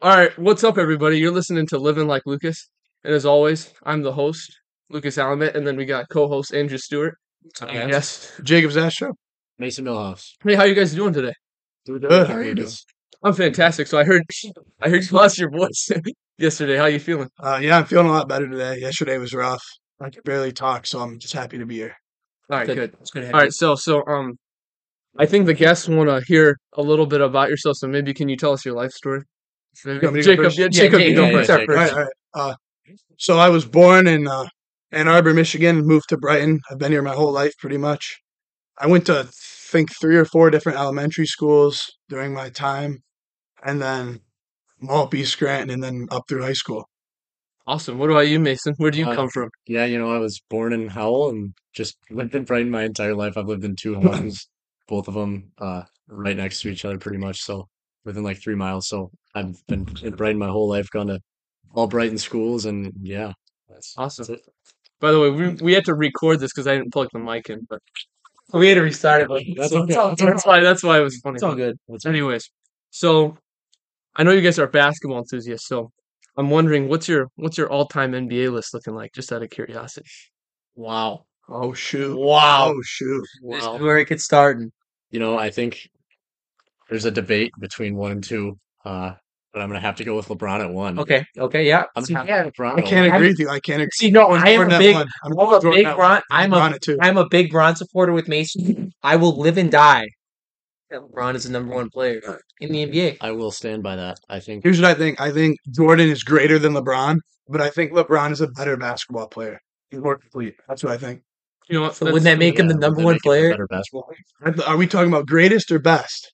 All right, what's up, everybody? You're listening to Living Like Lucas, and as always, I'm the host, Lucas Alamet, and then we got co-host Andrew Stewart. Okay. Yes. Jacob's Ash Show. Mason Millhouse. Hey, how you guys doing today? Dude, Good, how are you doing? I'm fantastic. So I heard, I heard you lost your voice yesterday. How you feeling? Uh, yeah, I'm feeling a lot better today. Yesterday was rough. I could barely talk, so I'm just happy to be here. All right, good. It's good to have All right, so so um, I think the guests want to hear a little bit about yourself. So maybe can you tell us your life story? You want me to go Jacob, first? yeah, Yeah, Jacob, you yeah, go yeah, first. yeah, Start Jacob. All right, first. all right. Uh, so I was born in uh, Ann Arbor, Michigan, moved to Brighton. I've been here my whole life, pretty much. I went to, I think, three or four different elementary schools during my time, and then Maltby, Scranton, and then up through high school. Awesome. What about you, Mason? Where do you Uh, come from? Yeah, you know, I was born in Howell and just lived in Brighton my entire life. I've lived in two homes, both of them uh, right next to each other, pretty much. So within like three miles. So I've been in Brighton my whole life, gone to all Brighton schools, and yeah, that's Awesome. that's it. By the way, we we had to record this because I didn't plug the mic in, but we had to restart it. But That's so okay. that's, that's why that's why it was funny. It's all good. That's it. Anyways, so I know you guys are basketball enthusiasts, so I'm wondering what's your what's your all time NBA list looking like, just out of curiosity. Wow. Oh, shoot. Wow. Oh, shoot. This Wow. is where it gets started. You know, I think there's a debate between one and two, uh, but I'm gonna have to go with LeBron at one. Okay. Okay. Yeah. I'm See, gonna have yeah. to go LeBron. I at can't one. agree with you. I can't agree. See, no, I am Jordan a at big, one. I'm, I'm a Jordan big at Bron. I'm LeBron a, at two. I'm a big Bron supporter with Mason. I will live and die. that LeBron is the number one player in the NBA. I will stand by that. I think Here's what I think. I think Jordan is greater than LeBron, but I think LeBron is a better basketball player. He's more complete. That's what I think. You know, what, So wouldn't that make him the Yeah, number they one make him the player? better basketball player. I th- Are we talking about greatest or best?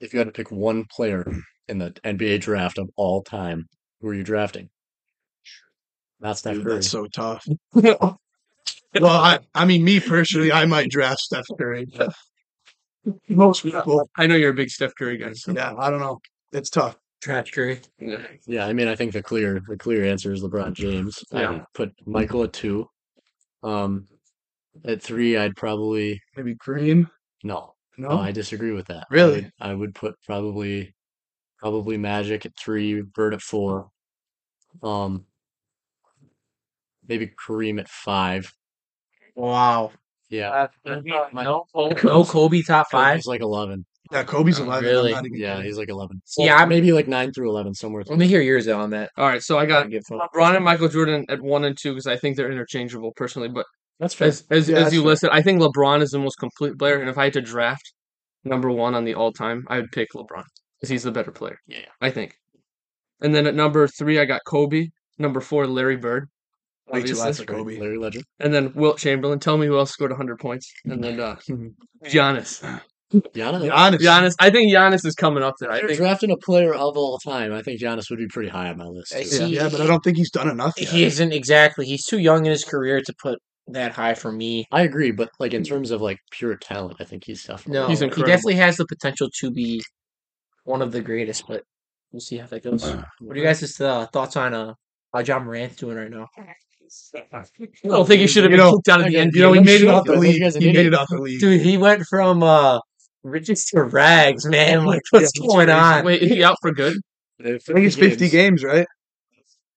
If you had to pick one player in the NBA draft of all time, who are you drafting? Not Steph Dude, Curry. that's so tough. well, I, I mean, me personally, I might draft Steph Curry. but Most people, I know you're a big Steph Curry guy. So. yeah, I don't know. It's tough. Trash Curry. yeah, I mean, I think the clear the clear answer is LeBron James. Yeah. I'd put Michael at two. Um, at three, I'd probably Maybe Green. no, No, no, Oh, I disagree with that. I Oh. Really? would- I would put probably probably Magic at three, Bird at four. Um, maybe Kareem at five. Wow. Yeah, my- no, no Kobe top five. He's like eleven. yeah, Kobe's Oh, eleven. I'm really? not even Yeah, kidding. he's like eleven. See, I'm- maybe like nine through eleven somewhere. Let me hear yours though on that. All right, so I got Give some- LeBron and Michael Jordan at one and two because I think they're interchangeable personally. But That's fair. as as, Yeah, as that's you fair. listed, I think LeBron is the most complete player, and if I had to draft number one on the all time, I would pick LeBron because he's the better player. Yeah, yeah. I think. And then at number three, I got Kobe. Number four, Larry Bird. Way too obviously. loud for Kobe. Larry Legend. And then Wilt Chamberlain. Tell me who else scored 100 points. And then uh, Giannis. Giannis. Yeah, honest. Giannis. I think Giannis is coming up there. I If you're think. drafting a player of all time, I think Giannis would be pretty high on my list. I too. see. Yeah, but I don't think he's done enough yet. He isn't exactly. He's too young in his career to put that high for me. I agree, but like in terms of like pure talent, I think he's definitely. No, He's he incredible. definitely has the potential to be one of the greatest, but we'll see how that goes. What are you guys' uh, thoughts on uh, how John Morant's doing right now? I don't think he should have You been know, kicked out of the okay, NBA. You know, he I'm made it sure off the those league. guys are He made idiots. it off the league. Dude, he went from uh, riches to rags, man. Like, what's Yeah, going on? Wait, is he out for good? I think it's 50 games, right?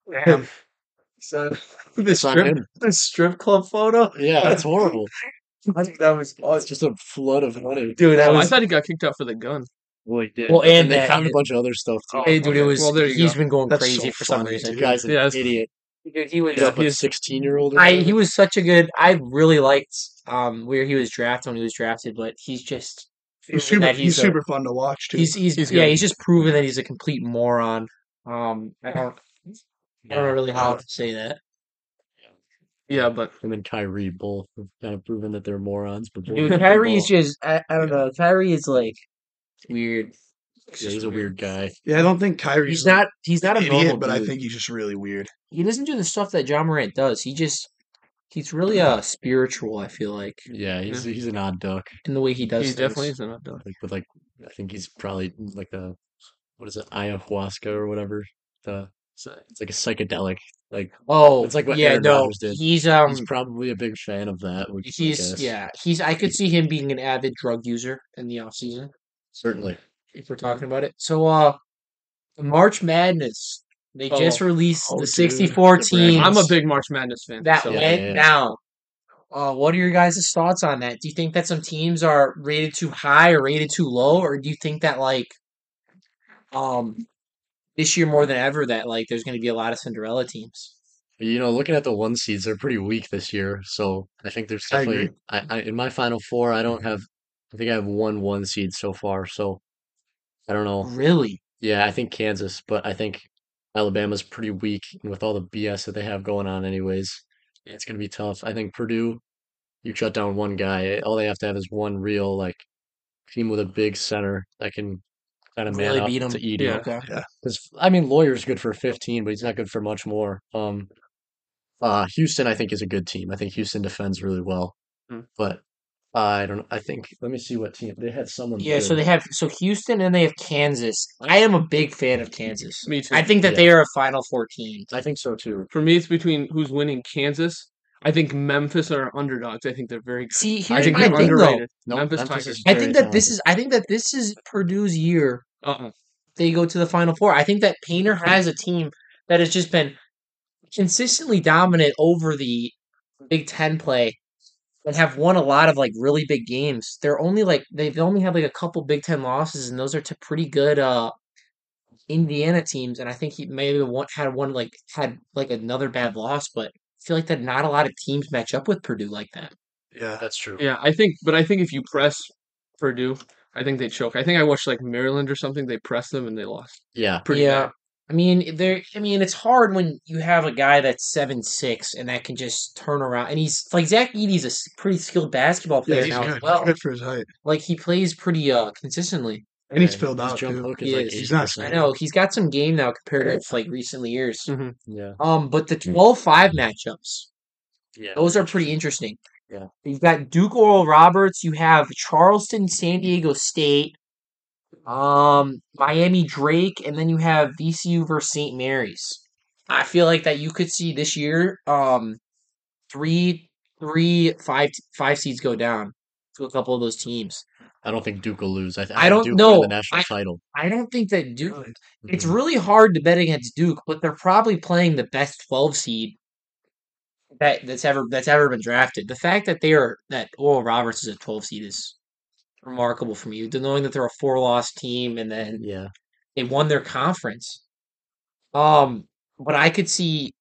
Damn. So, the It's on strip, him. the strip club photo? Yeah, that's horrible. I think that was Oh, it's just a flood of money. Dude, that Oh, I was. thought he got kicked out for the gun. Well, he did. Well, and they that- found a bunch of other stuff too. Oh, Hey, dude, it okay. was. Well, there you he's go. been going That's Oh, crazy so for some funny, reason. That guy's an Yeah, that's- idiot. Dude, he was. He's up he with is- sixteen-year-old. I he was such a good. I really liked um where he was drafted when he was drafted, but he's just He's super. proven that He's, a- super fun to watch too. he's he's, He's yeah good. he's just proven that he's a complete moron. Um, I don't I don't know really how to say that. Yeah, but Him and Kyrie both have kind of proven that they're morons. But both hit Dude, the Kyrie is ball. just I, I don't know. Kyrie is like weird. Yeah, he's a weird guy. yeah, I don't think Kyrie's He's not he's not a an normal idiot, but I dude. think he's just really weird. he doesn't do the stuff that John Morant does. He just he's really uh spiritual. I feel like Yeah, he's he's an odd duck. in the way he does. he things. definitely isn't out done. like with like I think he's probably like a what is it ayahuasca or whatever the it's a- it's like a psychedelic like Oh, It's like what yeah, Aaron no, Rodgers did. he's um he's probably a big fan of that which I He's guess. yeah, he's. I could see him being an avid drug user in the off season certainly if we're talking about it. So, uh, March Madness. They Oh. just released Oh, the dude. 64 The brackets. teams. I'm a big March Madness fan. that so- Yeah, went yeah, yeah. down. Uh, what are your guys' thoughts on that? Do you think that some teams are rated too high or rated too low, or do you think that like, um, this year more than ever that like there's going to be a lot of Cinderella teams? You know, looking at the one seeds, they're pretty weak this year. So I think there's I agree. definitely I, I in my final four, I don't have I think I have one one seed so far. So I don't know. Really? Yeah, I think Kansas, but I think Alabama's pretty weak with all the BS that they have going on anyways. It's gonna be tough. I think Purdue, you shut down one guy. All they have to have is one real like team with a big center that can kind of man Really up beat 'em. to Edie. Yeah. Okay. Because I mean, Lawyer's good for 15, but he's not good for much more. Um, uh, Houston, I think, is a good team. I think Houston defends really well, Hmm. Mm. but I don't. I think. Let me see what team they had. Oh, Someone. Yeah. So good. they have so Houston and they have Kansas. I am a big fan of Kansas. Me too. I think that Yeah. they are a Final Four team. I think so too. For me, it's between who's winning Kansas. I think Memphis are underdogs. I think they're very good. See, here's I think my they're thing though. underrated. No, Memphis Tigers. is I very think that this talented. is I think that this is Purdue's year Uh-uh. they go to the final four. I think that Painter has a team that has just been consistently dominant over the Big Ten play and have won a lot of like really big games. They're only like they've only had like a couple Big Ten losses, and those are to pretty good uh Indiana teams. And I think he maybe one, had one like had like another bad loss, but I feel like that not a lot of teams match up with Purdue like that. Yeah. That's true. Yeah, I think, but I think if you press Purdue, I think they choke. I think I watched like Maryland or something. They pressed them and they lost. Yeah. Pretty yeah. bad. I mean, there. I mean, it's hard when you have a guy that's seven six and that can just turn around. And he's like Zach Eady's a s- pretty skilled basketball Yeah, player he's now as good. well. Good for his height. Like he plays pretty uh consistently. And he's Yeah, filled his out, jump too. hook is He like is. He's not 80%. I know he's got some game now compared to like recent years. Mhm. Yeah. Mm-hmm. Um, but the 12-5 matchups, Yeah. those are pretty interesting. Yeah. you've got Duke Oral Roberts. You have Charleston, San Diego State, um, Miami Drake, and then you have VCU versus St. Mary's. I feel like that you could see this year, um, three, three, five, five seeds go down to a couple of those teams. I don't think Duke will lose. I, th- think I don't Duke will win know. the national I- title. I don't think that Duke. It's Mhm. really hard to bet against Duke, but they're probably playing the best twelve seed that that's ever that's ever been drafted. The fact that they are that Oral Roberts is a twelve seed is remarkable for me. Knowing that they're a four loss team and then Mm-hmm. Yeah. they won their conference. Um, but I could see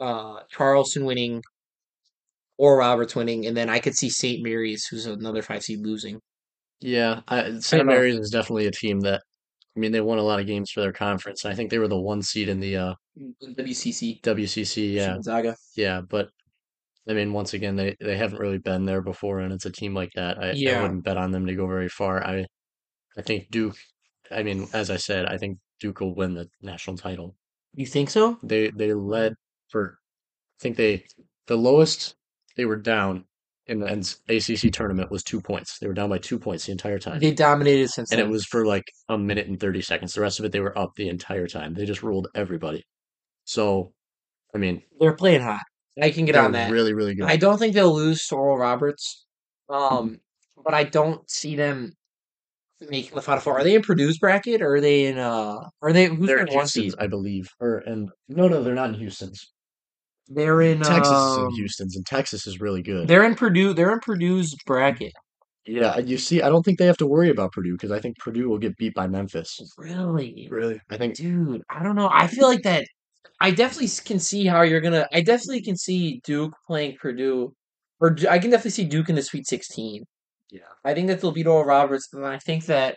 uh Charleston winning or Roberts winning, and then I could see St. Mary's, who's another five seed, losing. Yeah, I, St. know. Mary's is definitely a team that, I mean, they won a lot of games for their conference. I think they were the one seed in the uh, WCC, WCC. Yeah, Gonzaga. yeah, but I mean, once again, they they haven't really been there before, and it's a team like that. I, I Yeah. wouldn't bet on them to go very far. I I think Duke. I mean, as I said, I think Duke will win the national title. You think so? They they led for, I think they the lowest they were down in the ACC tournament was two points. They were down by two points the entire time They dominated since and it then. was for like a minute and 30 seconds. The rest of it, they were up the entire time. They just ruled everybody. So, I mean, they're playing hot. I can get they on were that. really, really good. Mm-hmm. I don't think they'll lose to Oral Roberts, um, but I don't see them making the final four. Are they in Purdue's bracket? Or are they in? uh Are they? Who's they're in in one seed? Houston's, I believe. Or and no, no, they're not in Houston's. They're in Texas is in um, Houston's, and Texas is really good. They're in Purdue. They're in Purdue's bracket. Yeah, you see, I don't think they have to worry about Purdue because I think Purdue will get beat by Memphis. Really, Really. I think dude. I don't know. I feel like that. I definitely s- can see how you're gonna. I definitely can see Duke playing Purdue, or Ju- I can definitely see Duke in the Sweet Sixteen. yeah, I think that they'll beat Oral Roberts, and I think that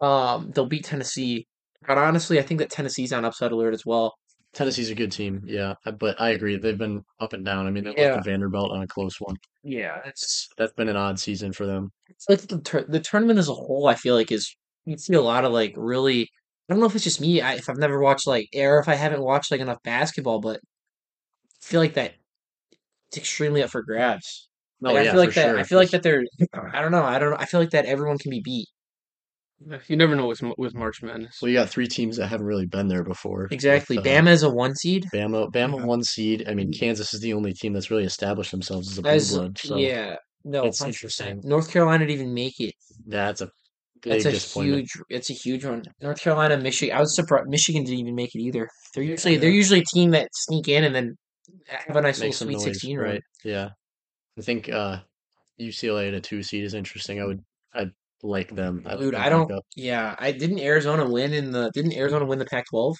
um they'll beat Tennessee. But honestly, I think that Tennessee's on upset alert as well. Tennessee's a good team. Yeah, I- but I agree they've been up and down. I mean, they Yeah. lost to Vanderbilt on a close one. Yeah, it's That's been an odd season for them. it's like the tur- the tournament as a whole. I feel like is you see a lot of like really. I don't know if it's just me. I, if I've never watched like or if I haven't watched like enough basketball, but I feel like that it's extremely up for grabs. No, Like, yeah, I feel like for that. sure. I feel like that they're. I don't know. I don't. I feel like that everyone can be beat. You never know with with March Madness. Well, you got three teams that haven't really been there before. with, Exactly. Mm. uh, Bama is a one seed. Bama, Bama Yeah. one seed. I mean, Kansas is the only team that's really established themselves as a blue As blood. So yeah. No, it's 100%. interesting. North Carolina didn't even make it. That's a Big That's a disappointment. huge. It's a huge one. North Carolina, Michigan. I was surprised Michigan didn't even make it either. They're usually they're usually a team that sneak in and then have a nice Make some little Sweet noise, Sixteen run. right? Yeah, I think uh, UCLA at a two seed is interesting. I would, I like them. I Dude, think uh, I don't. they'll- Yeah, I didn't Arizona win in the didn't Arizona win the Pac-12?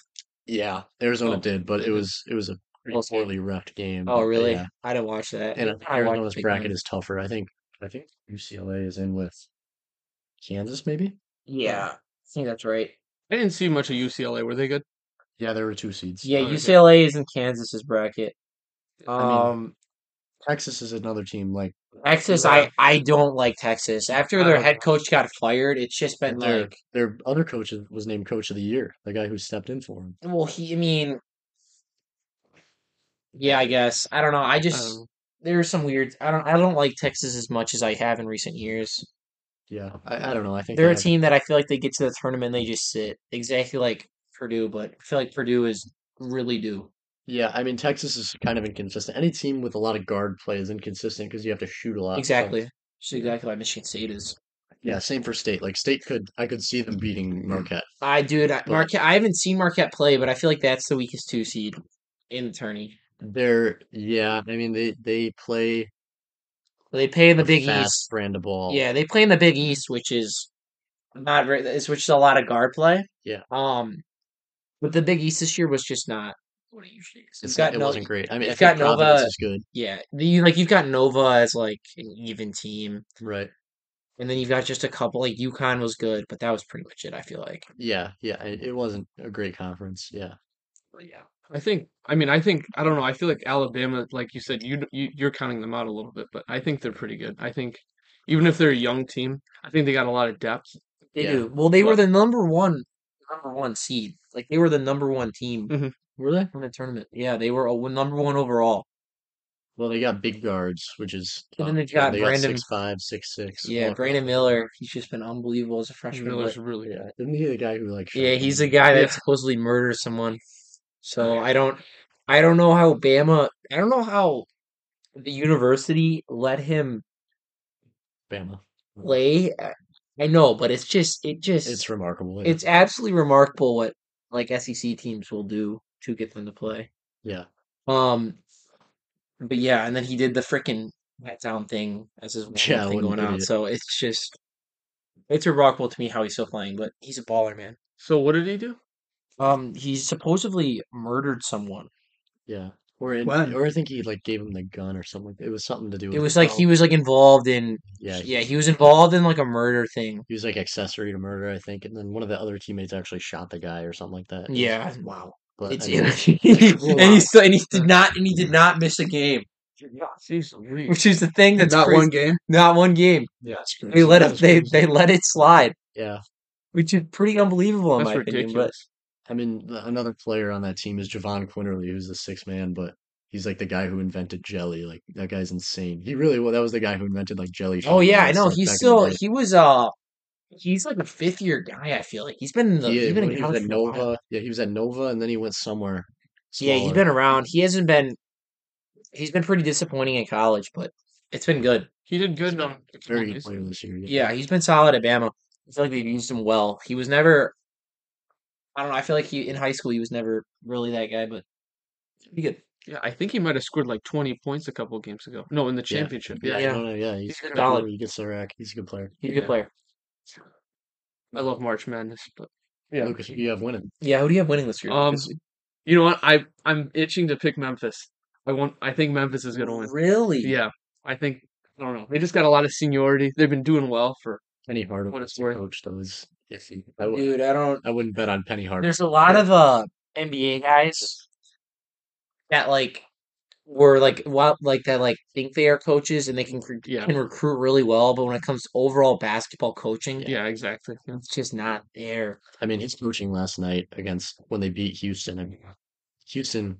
Yeah, Arizona Oh. did, but it was it was a pretty Close game. poorly ref game. Oh but really? Mm, Yeah. I didn't watch that. And I watched Arizona's big bracket games. is tougher. I think I think UCLA is in with Kansas, maybe. Yeah, I think that's right. I didn't see much of UCLA. Were they good? Yeah, there were two seeds. Yeah, Oh, okay. UCLA is in Kansas's bracket. I mean, Um, Texas is another team. Like Texas, yeah. I I don't like Texas. After I their don't head know. coach got fired, it's just been their like, their other coach was named coach of the year, the guy who stepped in for him. well, he. I mean, yeah, I guess I don't know. I I just don't know. there's some weird. I don't I don't like Texas as much as I have in recent years. Yeah, I, I don't know. I think They're they a have- team that I feel like they get to the tournament, they just sit exactly like Purdue, but I feel like Purdue is really due. Yeah, I mean Texas is kind of inconsistent. Any team with a lot of guard play is inconsistent because you have to shoot a lot. Uh, so- Exactly, which is exactly why Michigan State is. yeah, same for state. Like state could I could see them beating Marquette. I dude, I, But- Marquette. I haven't seen Marquette play, but I feel like that's the weakest two seed in the tourney. They're yeah, I mean they they play They play in the a Big fast East. brand of ball. Yeah, they play in the Big East, which is not very, it's- which is a lot of guard play. Yeah. Um, but the Big East this year was just not what it usually is. You've It's got not- it no- wasn't great. I mean, I you've think got Providence Nova- is good, Yeah, you like you've got Nova as like an even team, right? and then you've got just a couple like UConn was good, but that was pretty much it. I feel like. Yeah, yeah. It, it wasn't a great conference. Yeah, But yeah. I think. I mean, I think. I don't know. I feel like Alabama, like you said, you, you you're counting them out a little bit, but I think they're pretty good. I think even if they're a young team, I think they got a lot of depth. They Yeah. do. Well, they were But- the number one, number one seed. Like they were the number one team were they? from the tournament. Yeah, they were a, w- number one overall. Well, they got big guards, which is tough. And then they got they Brandon- got six five, six six. Yeah, Brandon Miller. He's just been unbelievable as a freshman. but- Miller's really good. Yeah, isn't he the guy who like? shot yeah, he's the them? guy that Yeah. supposedly murdered someone. So I don't, I don't know how Bama. I don't know how the university let him Bama. play. I- I know, but it's just, it just, It's remarkable. yeah. it's absolutely remarkable what like SEC teams will do to get them to play. yeah. Um, but yeah, and then he did the freaking pat down thing as his normal Yeah, thing what an going on. idiot. So it's just it's remarkable to me how he's still playing, but he's a baller, man. So what did he do? Um, he supposedly murdered someone. Yeah. Or in, When? or I think he like gave him the gun or something. It was something to do with It was like he was like involved in yeah, yeah, he was involved in like a murder thing. he was like accessory to murder, I think, and then one of the other teammates actually shot the guy or something like that. It was- Yeah, wow. but It's I mean, and he still and he did not and he did not miss a game, Jeez Louise. which is the thing that's Not crazy. one game. not one game. yeah, it's They crazy. let That it, is they crazy. they let it slide, yeah. which is pretty unbelievable in That's my opinion. But ridiculous. I mean, the- another player on that team is Javon Quinterly, who's the sixth man, but he's like the guy who invented jelly. Like that guy's insane. He really well, that was the guy who invented like jelly. Oh shots yeah, and I know. stuff He's back in the still day. he was uh he's like a fifth year guy. I feel like he's been in the yeah, he's been well, in he was college at for a while. Nova. Yeah, he was at Nova, and then he went somewhere. Yeah, he's smaller. been around. He hasn't been he's been pretty disappointing in college, but it's been good. He did good. on very good player this year. Yeah, he's been solid at Bama. I feel like they've used him well. He was never I don't know, I feel like he in high school he was never really that guy, but pretty good. Yeah, I think he might have scored like 20 points a couple of games ago. No, in the championship. Yeah, Yeah, Yeah. no, no, yeah, he's, He's good. been solid. He gets the rack. He's a good player. He's a good Yeah. player. I love March Madness, but yeah. Lucas, who do you have winning? Yeah, who do you have winning this year? Um, Lucas? you know what? I I'm itching to pick Memphis. I want. I think Memphis is gonna win. Really? Yeah, I think. I don't know. They just got a lot of seniority. They've been doing well for. Penny Hardaway. What a is the story. Coach, though, is iffy. I, w- Dude, I don't I wouldn't bet on Penny Hardaway. there's a lot of uh NBA guys that like were like what like that like think they are coaches and they can cr- Yeah. can recruit really well, but when it comes to overall basketball coaching, Yeah, exactly. Yeah. it's just not there. I mean, his coaching last night against when they beat Houston, and Houston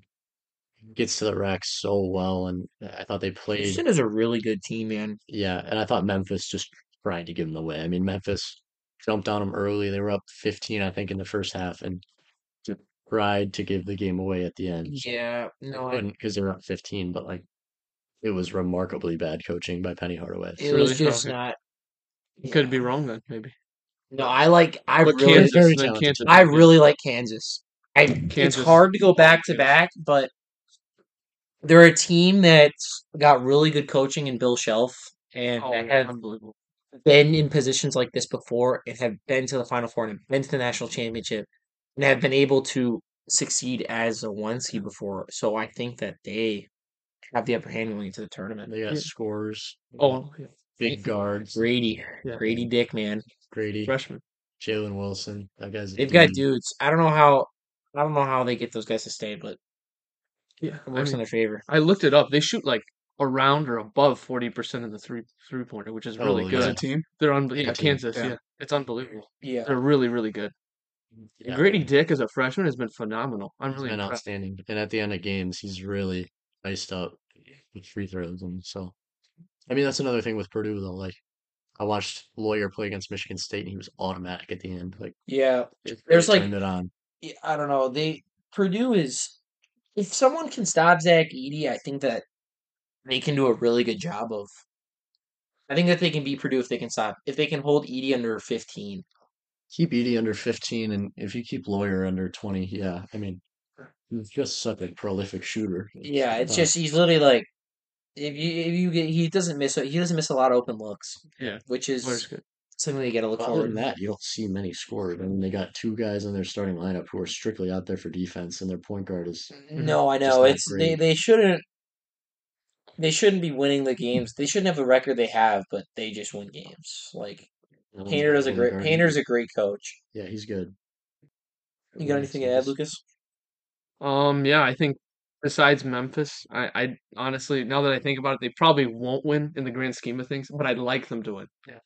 gets to the rack so well, and I thought they played. Houston is a really good team, man. Yeah, and I thought Memphis just tried to give them the way. I mean, Memphis jumped on them early. They were up 15, I think, in the first half, and just tried to give the game away at the end. Yeah, no, I, because they were up 15, but like it was remarkably bad coaching by Penny Hardaway. it really was just shocking. not. Could be wrong then, maybe. No, I like. I But really, Kansas, They're very and then talented. Kansas. I again. really like Kansas. I it's Kansas- hard to go back to back, but they're a team that's got really good coaching in Bill Shelf and Oh, that have unbelievable. been in positions like this before and have been to the Final Four and have been to the national championship and have been able to succeed as a one seed before. So I think that they have the upper hand going into the tournament. They got scores. Oh, uh, yeah. big guards. Grady, Yeah. Grady Dick, man, Grady, freshman. Jalen Wilson. That guy's. a they've got Mm-hmm. dude. dudes. I don't know how, I don't know how they get those guys to stay, but Yeah, it I works mean- in their favor. I looked it up. They shoot like around or above forty percent of the three three pointer, which is really Oh, good. As a yeah. team, They're on yeah, Good team. Kansas. Yeah. Yeah. it's unbelievable. Yeah, They're really really good. Yeah, Grady Dick as a freshman has been phenomenal. I'm He's really been impressed. outstanding. And at the end of games, he's really iced up with free throws. And so, I mean, that's another thing with Purdue, though. Like, I watched Lawyer play against Michigan State, and he was automatic at the end. Like, yeah. just There's, really like- turned it on. yeah, I don't know. They Purdue is if someone can stop Zach Eady, I think that they can do a really good job of. I think that they can beat Purdue if they can stop if they can hold Edie under fifteen. Keep Edie under 15, and if you keep Lawyer under 20, yeah. I mean, he's just such a prolific shooter. Yeah, it's Uh, just he's literally like if you if you get he doesn't miss he doesn't miss a lot of open looks, Yeah, which is Lawyer's good. something they got to look Other than forward. that, you don't see many scores. I mean, they got two guys in their starting lineup who are strictly out there for defense, and their point guard is No, I Just know not it's they great. they shouldn't. They shouldn't be winning the games. They shouldn't have the record they have, but they just win games. Like Painter does a great Painter's a great coach. yeah, he's good. You got anything to He's- add, Lucas? Um, yeah, I think besides Memphis, I, I honestly now that I think about it, they probably won't win in the grand scheme of things, but I'd like them to win. Yeah,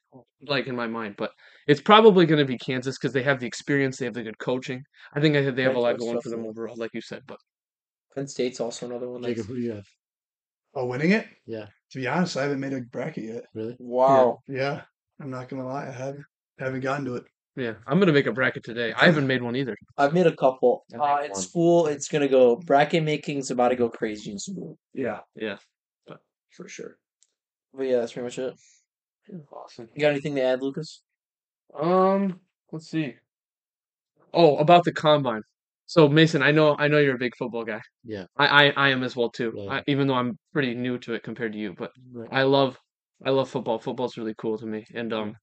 like in my mind, but it's probably going to be Kansas because they have the experience, they have the good coaching. I think they have a Right, lot that's going for definitely- them overall, like you said. But Penn State's also another one. Jacob, that's- who do you have? oh, winning it. Yeah, To be honest, I haven't made a bracket yet. really? Wow. Yeah, I'm not gonna lie, I haven't haven't gotten to it. yeah, I'm going to make a bracket today. I haven't made one either. I've made a couple. I Uh, made in one. school, it's gonna go bracket making's about to go crazy in school Yeah, Yeah, for sure. But yeah, that's pretty much it. awesome. You got anything to add, Lucas? Um, let's see. Oh, about the combine. So Mason, I know I know you're a big football guy. Yeah. I I, I am as well too. Yeah. I, even though I'm pretty new to it compared to you, but I love I love football. Football's really cool to me. And um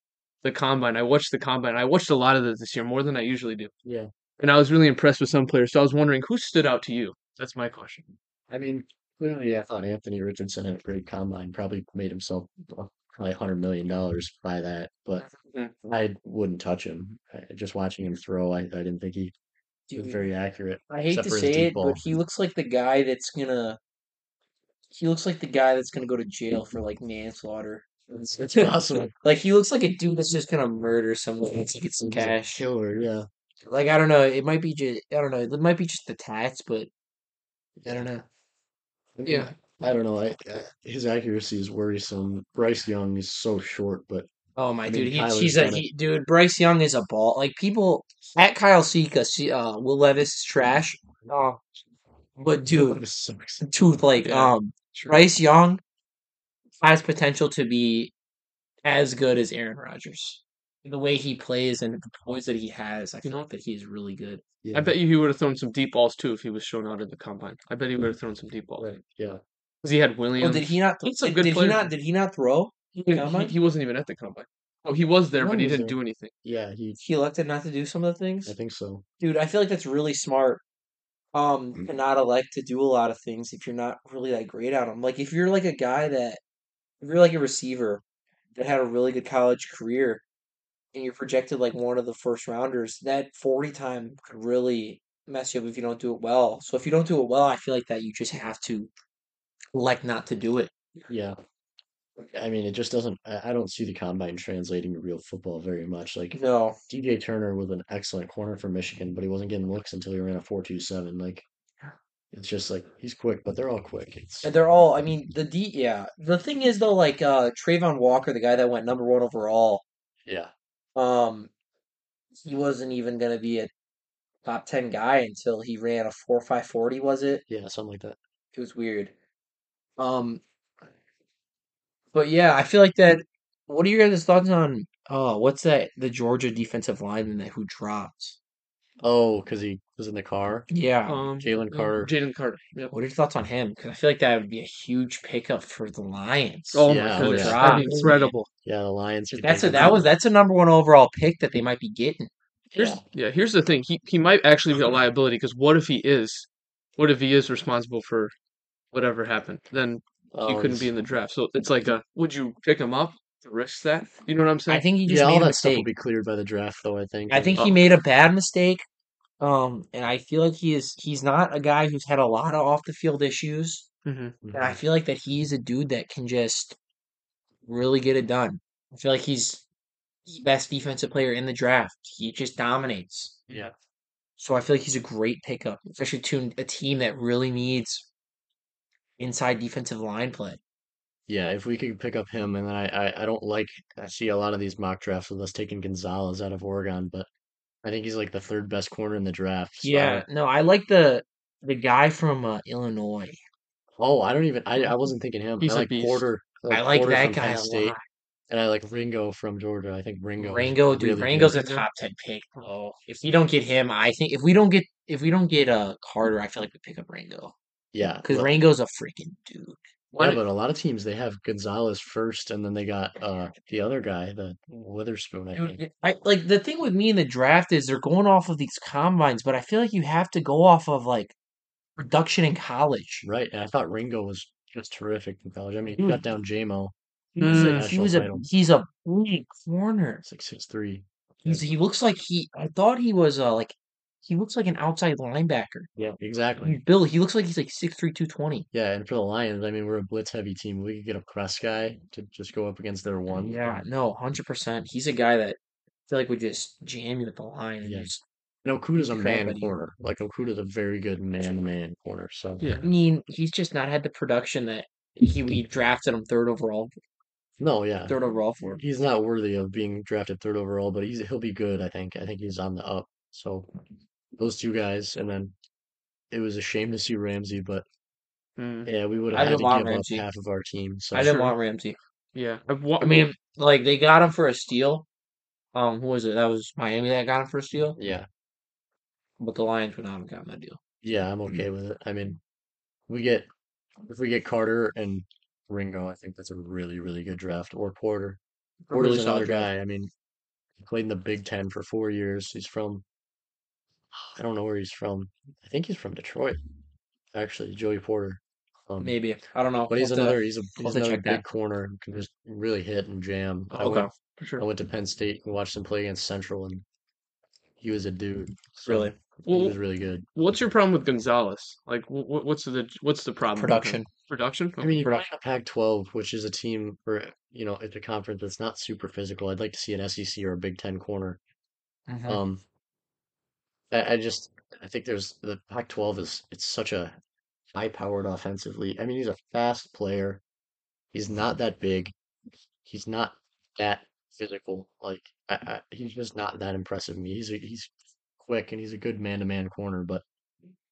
the combine, I watched the combine. I watched a lot of it this year, more than I usually do. Yeah. And I was really impressed with some players. So I was wondering who stood out to you? That's my question. I mean, clearly, I thought Anthony Richardson had a great combine. Probably made himself uh, probably hundred million dollars by that, but Mhm. I wouldn't touch him. I, just watching him throw, I, I didn't think he was very accurate. I hate except to for his deep say it, ball. but he looks like the guy that's gonna. He looks like the guy that's gonna go to jail for like manslaughter. It's, it's possible. Like he looks like a dude that's just gonna murder someone once he gets some He's a cash. killer. Yeah, Like I don't know, it might be just I don't know, it might be just the tats, but I don't know. I mean, Yeah. I don't know. I, I, his accuracy is worrisome. Bryce Young is so short, but Oh my I mean, dude, he, Kyler's he's a done it. he, dude. Bryce Young is a ball. Like people at Kyle Sika, see, uh, Will Levis is trash. Oh, but dude, it sucks. dude, like Yeah, um, Sure. Bryce Young has potential to be as good as Aaron Rodgers. The way he plays and the poise that he has, I feel like that he's really good. Yeah. I bet you he would have thrown some deep balls too if he was shown out in the combine. I bet he would have thrown some deep balls. Right. Yeah. Because he had Williams. Oh, did he not? He's a did- good did player. he not? Did he not throw? He, didn't- Combine? he- he wasn't even at the combine. Oh, he was there, No, but he he was didn't there. do anything. Yeah. He. He elected not to do some of the things. I think so. dude i feel like that's really smart um to not elect to do a lot of things if you're not really that great at them like if you're like a guy that if you're like a receiver that had a really good college career and you're projected like one of the first rounders that 40 time could really mess you up if you don't do it well so if you don't do it well i feel like that you just have to elect not to do it Yeah. I mean, it just doesn't. I, I don't see the combine translating to real football very much. Like no DJ Turner was an excellent corner for Michigan, but he wasn't getting looks until he ran a four-two-seven. Like, it's just like he's quick, but they're all quick. It's And they're all. I mean, the D. Yeah, the thing is though, like uh Trayvon Walker, the guy that went number one overall, yeah, um he wasn't even gonna be a top ten guy until he ran a four five forty, was it? yeah, something like that. It was weird. Um but yeah, I feel like that what are your guys' thoughts on Oh, what's that? The Georgia defensive lineman that who dropped. Oh, because he was in the car. Yeah. Um, Jalen Mm-hmm. uh, Carter. Jalen Carter. Yep. What are your thoughts on him? Because I feel like that would be a huge pickup for the Lions. Oh Yeah, my oh, goodness, yeah. that'd be Drops. incredible. Yeah, the Lions. could that's make a, it that was that's a number one overall pick that they might be getting. Here's Yeah. yeah. Here's the thing. He he might actually be a liability because what if he is, what if he is responsible for whatever happened? Then he Oh, couldn't be he's- in the draft. So it's like, a, would you pick him up to risk that? You know what I'm saying? I think he just yeah, all made a that stuff will mistake. be cleared by the draft, though. I think. I and- think he Oh. made a bad mistake. Um, and I feel like he is he's not a guy who's had a lot of off the field issues. hmm mm-hmm. And I feel like that he's a dude that can just really get it done. I feel like he's the best defensive player in the draft. He just dominates. Yeah. So I feel like he's a great pickup, especially to a team that really needs inside defensive line play. Yeah, if we could pick up him, and then I, I, I don't like I see a lot of these mock drafts with us taking Gonzalez out of Oregon, but I think he's like the third best corner in the draft. so I Yeah, don't- no, I like the the guy from uh, Illinois. oh, I don't even I, I wasn't thinking him. He's I a like beast. Porter. I like Porter that from guy Penn a State, lot. and I like Ringo from Georgia. I think Ringo. is Rango, dude, really good. Rango's a top ten pick. Oh, if we don't get him, I think if we don't get if we don't get uh Carter, I feel like we pick up Rango Yeah, because well, Rango's a freaking dude. Why yeah, did- but a lot of teams they have Gonzalez first, and then they got uh the other guy, the Witherspoon. I think. Dude, I like the thing with me in the draft is they're going off of these combines, but I feel like you have to go off of like production in college. Right, and I thought Ringo was just terrific in college. I mean, he Dude. got down JMO. He was a, Mm. he was a National title. he's a big corner. It's like six three. He's, he looks like he. I thought he was uh, like he looks like an outside linebacker. Yeah, exactly. He's Bill, he looks like he's like 6'3", 220. Yeah, and for the Lions, I mean, we're a blitz heavy team. We could get a press guy to just go up against their one. Uh, Yeah, no, hundred percent. He's a guy that I feel like would just jam you at the line. And Yeah. just, And Okuda's a Crap, man buddy. corner. Like Okuda's a very good man man corner. So Yeah. I mean, he's just not had the production that he we drafted him third overall, no, yeah, third overall for. he's not worthy of being drafted third overall, but he's he'll be good. I think. I think he's on the up. So those two guys, and then it was a shame to see Ramsey, but Mm. yeah, we would I have had didn't to want give up Ramsey. half of our team. So I didn't Sure. want Ramsey. Yeah. I, wa- I mean, like they got him for a steal. Um, who was it? That was Miami that got him for a steal, yeah, but the Lions would not have gotten that deal. yeah, I'm Mm-hmm. okay with it. I mean, we get if we get Carter and Ringo, I think that's a really really good draft. Or Porter. A Porter's really solid another draft. guy. I mean, he played in the Big Ten for four years. He's from, I don't know where he's from. I think he's from Detroit, actually. Joey Porter. Um, Maybe I don't know. But he's We'll have to- another. He's a he's to another check big that. corner who can just really hit and jam. I Okay. went, for sure. I went to Penn State and watched him play against Central, and he was a dude. So Really? he Well, was really good. what's your problem with Gonzalez? Like, wh- wh- what's the what's the problem? with him? production. Production. I mean, you play production. in a Pac-12, which is a team or you know, it's a conference that's not super physical. I'd like to see an SEC or a Big Ten corner. Mhm. Um, I, I just I think there's the Pac-12 is it's such a high-powered offensively. I mean, he's a fast player. He's not that big. He's not that physical. Like I, I, he's just not that impressive to me. He's a, he's quick and he's a good man-to-man corner, but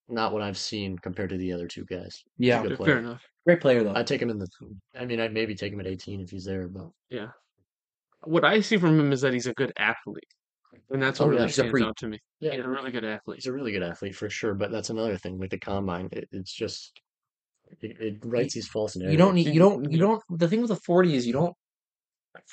not what I've seen compared to the other two guys. He's a Yeah. good Fair player. enough. Great player though. I'd take him in the. I mean, I'd maybe take him at 18 if he's there, but Yeah. What I see from him is that he's a good athlete, and that's what Oh, yeah. really He's a stands freak. out to me. yeah, He's a really good athlete. he's a really good athlete for sure. But that's another thing, like the combine, it, it's just it, it writes these false narratives. You don't need. You don't. Yeah. You don't. The thing with the forty is you don't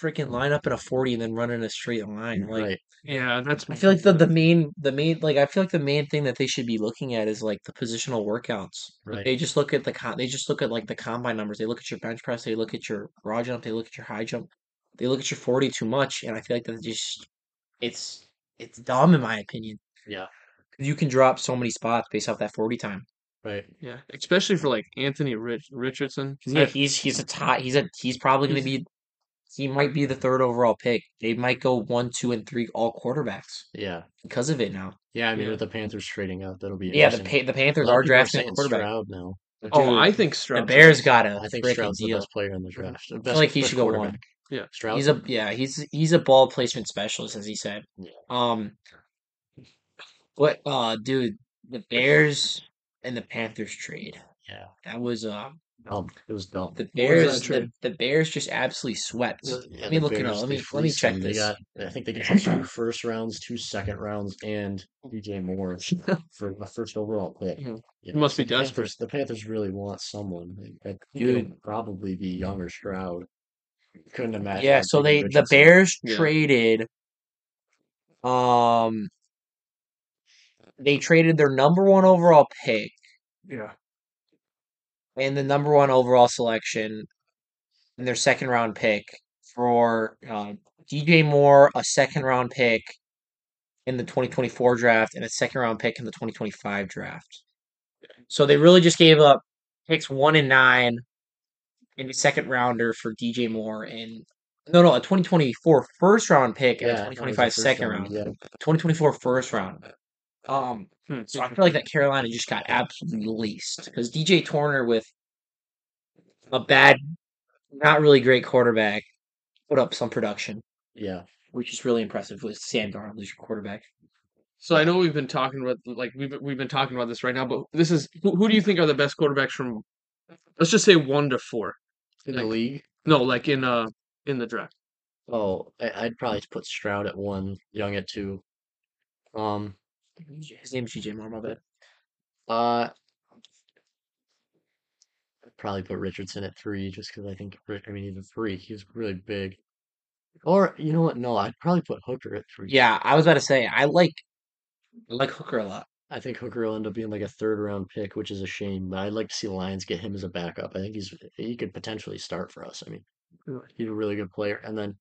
freaking line up in a forty and then run in a straight line. Like right? Yeah, that's. I feel like the, the main the main like I feel like the main thing that they should be looking at is like the positional workouts. Like, Right. They just look at the con- they just look at like the combine numbers. They look at your bench press. They look at your raw jump. They look at your high jump. They look at your forty too much, and I feel like that just it's it's dumb in my opinion. Yeah. You can drop so many spots based off that forty time. Right. Yeah, especially for like Anthony Rich- Richardson. Yeah, he's he's a top. He's a he's probably going to be he might be the third overall pick. They might go one, two, and three all quarterbacks Yeah. because of it now. Yeah. I mean, Yeah. with the Panthers trading up, that'll be Yeah, the interesting. pa- the A Panthers lot of are people drafting a saying quarterback. Stroud now. But oh, dude, I think Stroud. The Bears got a I think freaking Stroud's the deal. best player in the draft. The best, like he best should go one. quarterback. Yeah. Stroud. He's a yeah. He's he's a ball placement specialist, as he said. Yeah. Um, what uh, dude, the Bears and the Panthers trade yeah. that was uh Dumb. It was dumb. The What was Bears, that the, the Bears just absolutely swept. let me look it up. Let me- let me check They this. got, I think they got two first rounds, two second rounds, and DJ Moore for the first overall pick. Mhm. Yeah, You must be the Panthers- desperate. The Panthers really want someone. I think Dude. it'll probably be Young or Stroud. Couldn't imagine. Yeah, them so they picking the Richardson. Bears Yeah. traded um they traded their number 1 overall pick Yeah. and the number 1 overall selection and their second round pick for uh, DJ Moore, a second round pick in the 2024 draft and a second round pick in the 2025 draft. So they really just gave up picks 1 and 9 and a second rounder for DJ Moore and no, no, a 2024 first round pick and a Yeah, that was the 2025 first second round, round. Yeah, 2024 first round. Um, Hmm. so I feel like that Carolina just got absolutely leased because DJ Turner with a bad, not really great quarterback put up some production, yeah. which is really impressive with Sam Darnold as your quarterback. So I know we've been talking about like we've been- we've been talking about this right now, but this is who, who do you think are the best quarterbacks from? Let's just say one to four. In the the league, No, like in uh in the draft. oh, I, I'd probably put Stroud at one, Young at two. Um, His name's DJ Moore, my bad. Uh, I'd probably put Richardson at three just because I think, Ri- I mean, he's a freak. He's really big. Or, you know what? No, I'd probably put Hooker at three. Yeah, I was about to say I like I like Hooker a lot. I think Hooker will end up being like a third round pick, which is a shame, but I'd like to see the Lions get him as a backup. I think he's, he could potentially start for us. I mean, he's a really good player. And then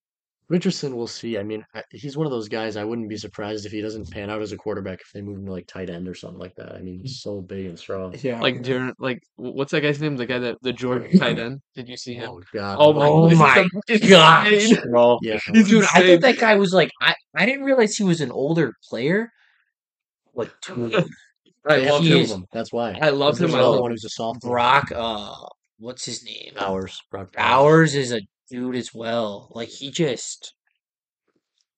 Richardson, we'll see. I mean, I- he's one of those guys I wouldn't be surprised if he doesn't pan out as a quarterback if they move him to like tight end or something like that. I mean, Mm. he's so big and strong. Oh, Yeah. Like during like wh- what's that guy's name? The guy that the Georgia tight end. Did you see him? Oh, God. Oh my- Oh He's my insane. gosh, bro. Yeah. Dude, I thought that guy was like I, I didn't realize he was an older player. Like two I They have love two him. of them. That's why. I love There's him. I another love one who's a sophomore. Brock uh what's his name? Bowers. Brock Bowers is a dude as well. Like he just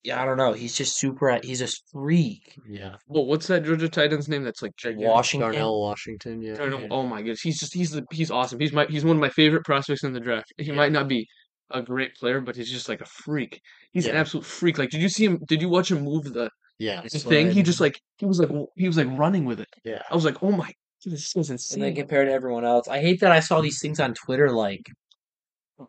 yeah, I don't know. He's just super he's a freak. Yeah. Well, what's that Georgia tight end's name? That's like gigantic. Washington. Darnell Washington. Yeah. Darnold- Oh my goodness, he's just he's the he's awesome. He's my he's one of my favorite prospects in the draft. He might not be a great player, but he's just like a freak. He's an Yeah. absolute freak. Like, did you see him? Did you watch him move the Yeah. the thing? He slide. just like he was like w- he was like running with it. Yeah. I was like, oh my, dude, this is And then insane. compared to everyone else. I hate that I saw these things on Twitter like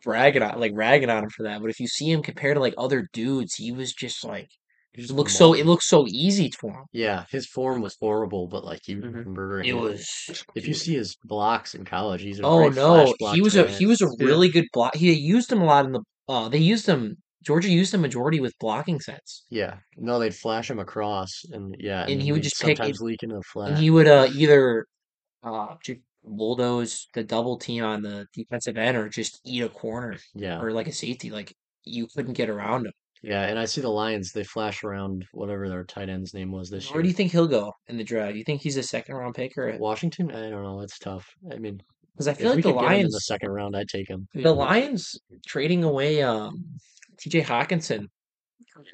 bragging on like ragging on him for that. But if you see him compared to like other dudes, he was just like He it just looks so it mauled. looks so easy for him. Yeah. His form was horrible, but like you Mhm. remember Mm-hmm. It him. was If you see his blocks in college, he's a Oh great flash no, block he was a tight he end. was a Yeah. really good block. He used him a lot in the. Uh, they used him. Georgia used him majority with blocking sets, Yeah. No, they'd flash him across, and yeah, And he would he'd just pick it- sometimes leak into the flat. and he would uh, either uh, ju- bulldoze the double team on the defensive end, or just eat a corner yeah. or like a safety. Like you couldn't get around him. Yeah. And I see the Lions. They flash around whatever their tight end's name was this Where year. do you think he'll go in the draft? Do you think he's a second round pick or? Washington? I don't know. It's tough. I mean, Because I if feel we like the could get him in the Lions, second round, I'd take him. the Lions trading away um, T.J. Hawkinson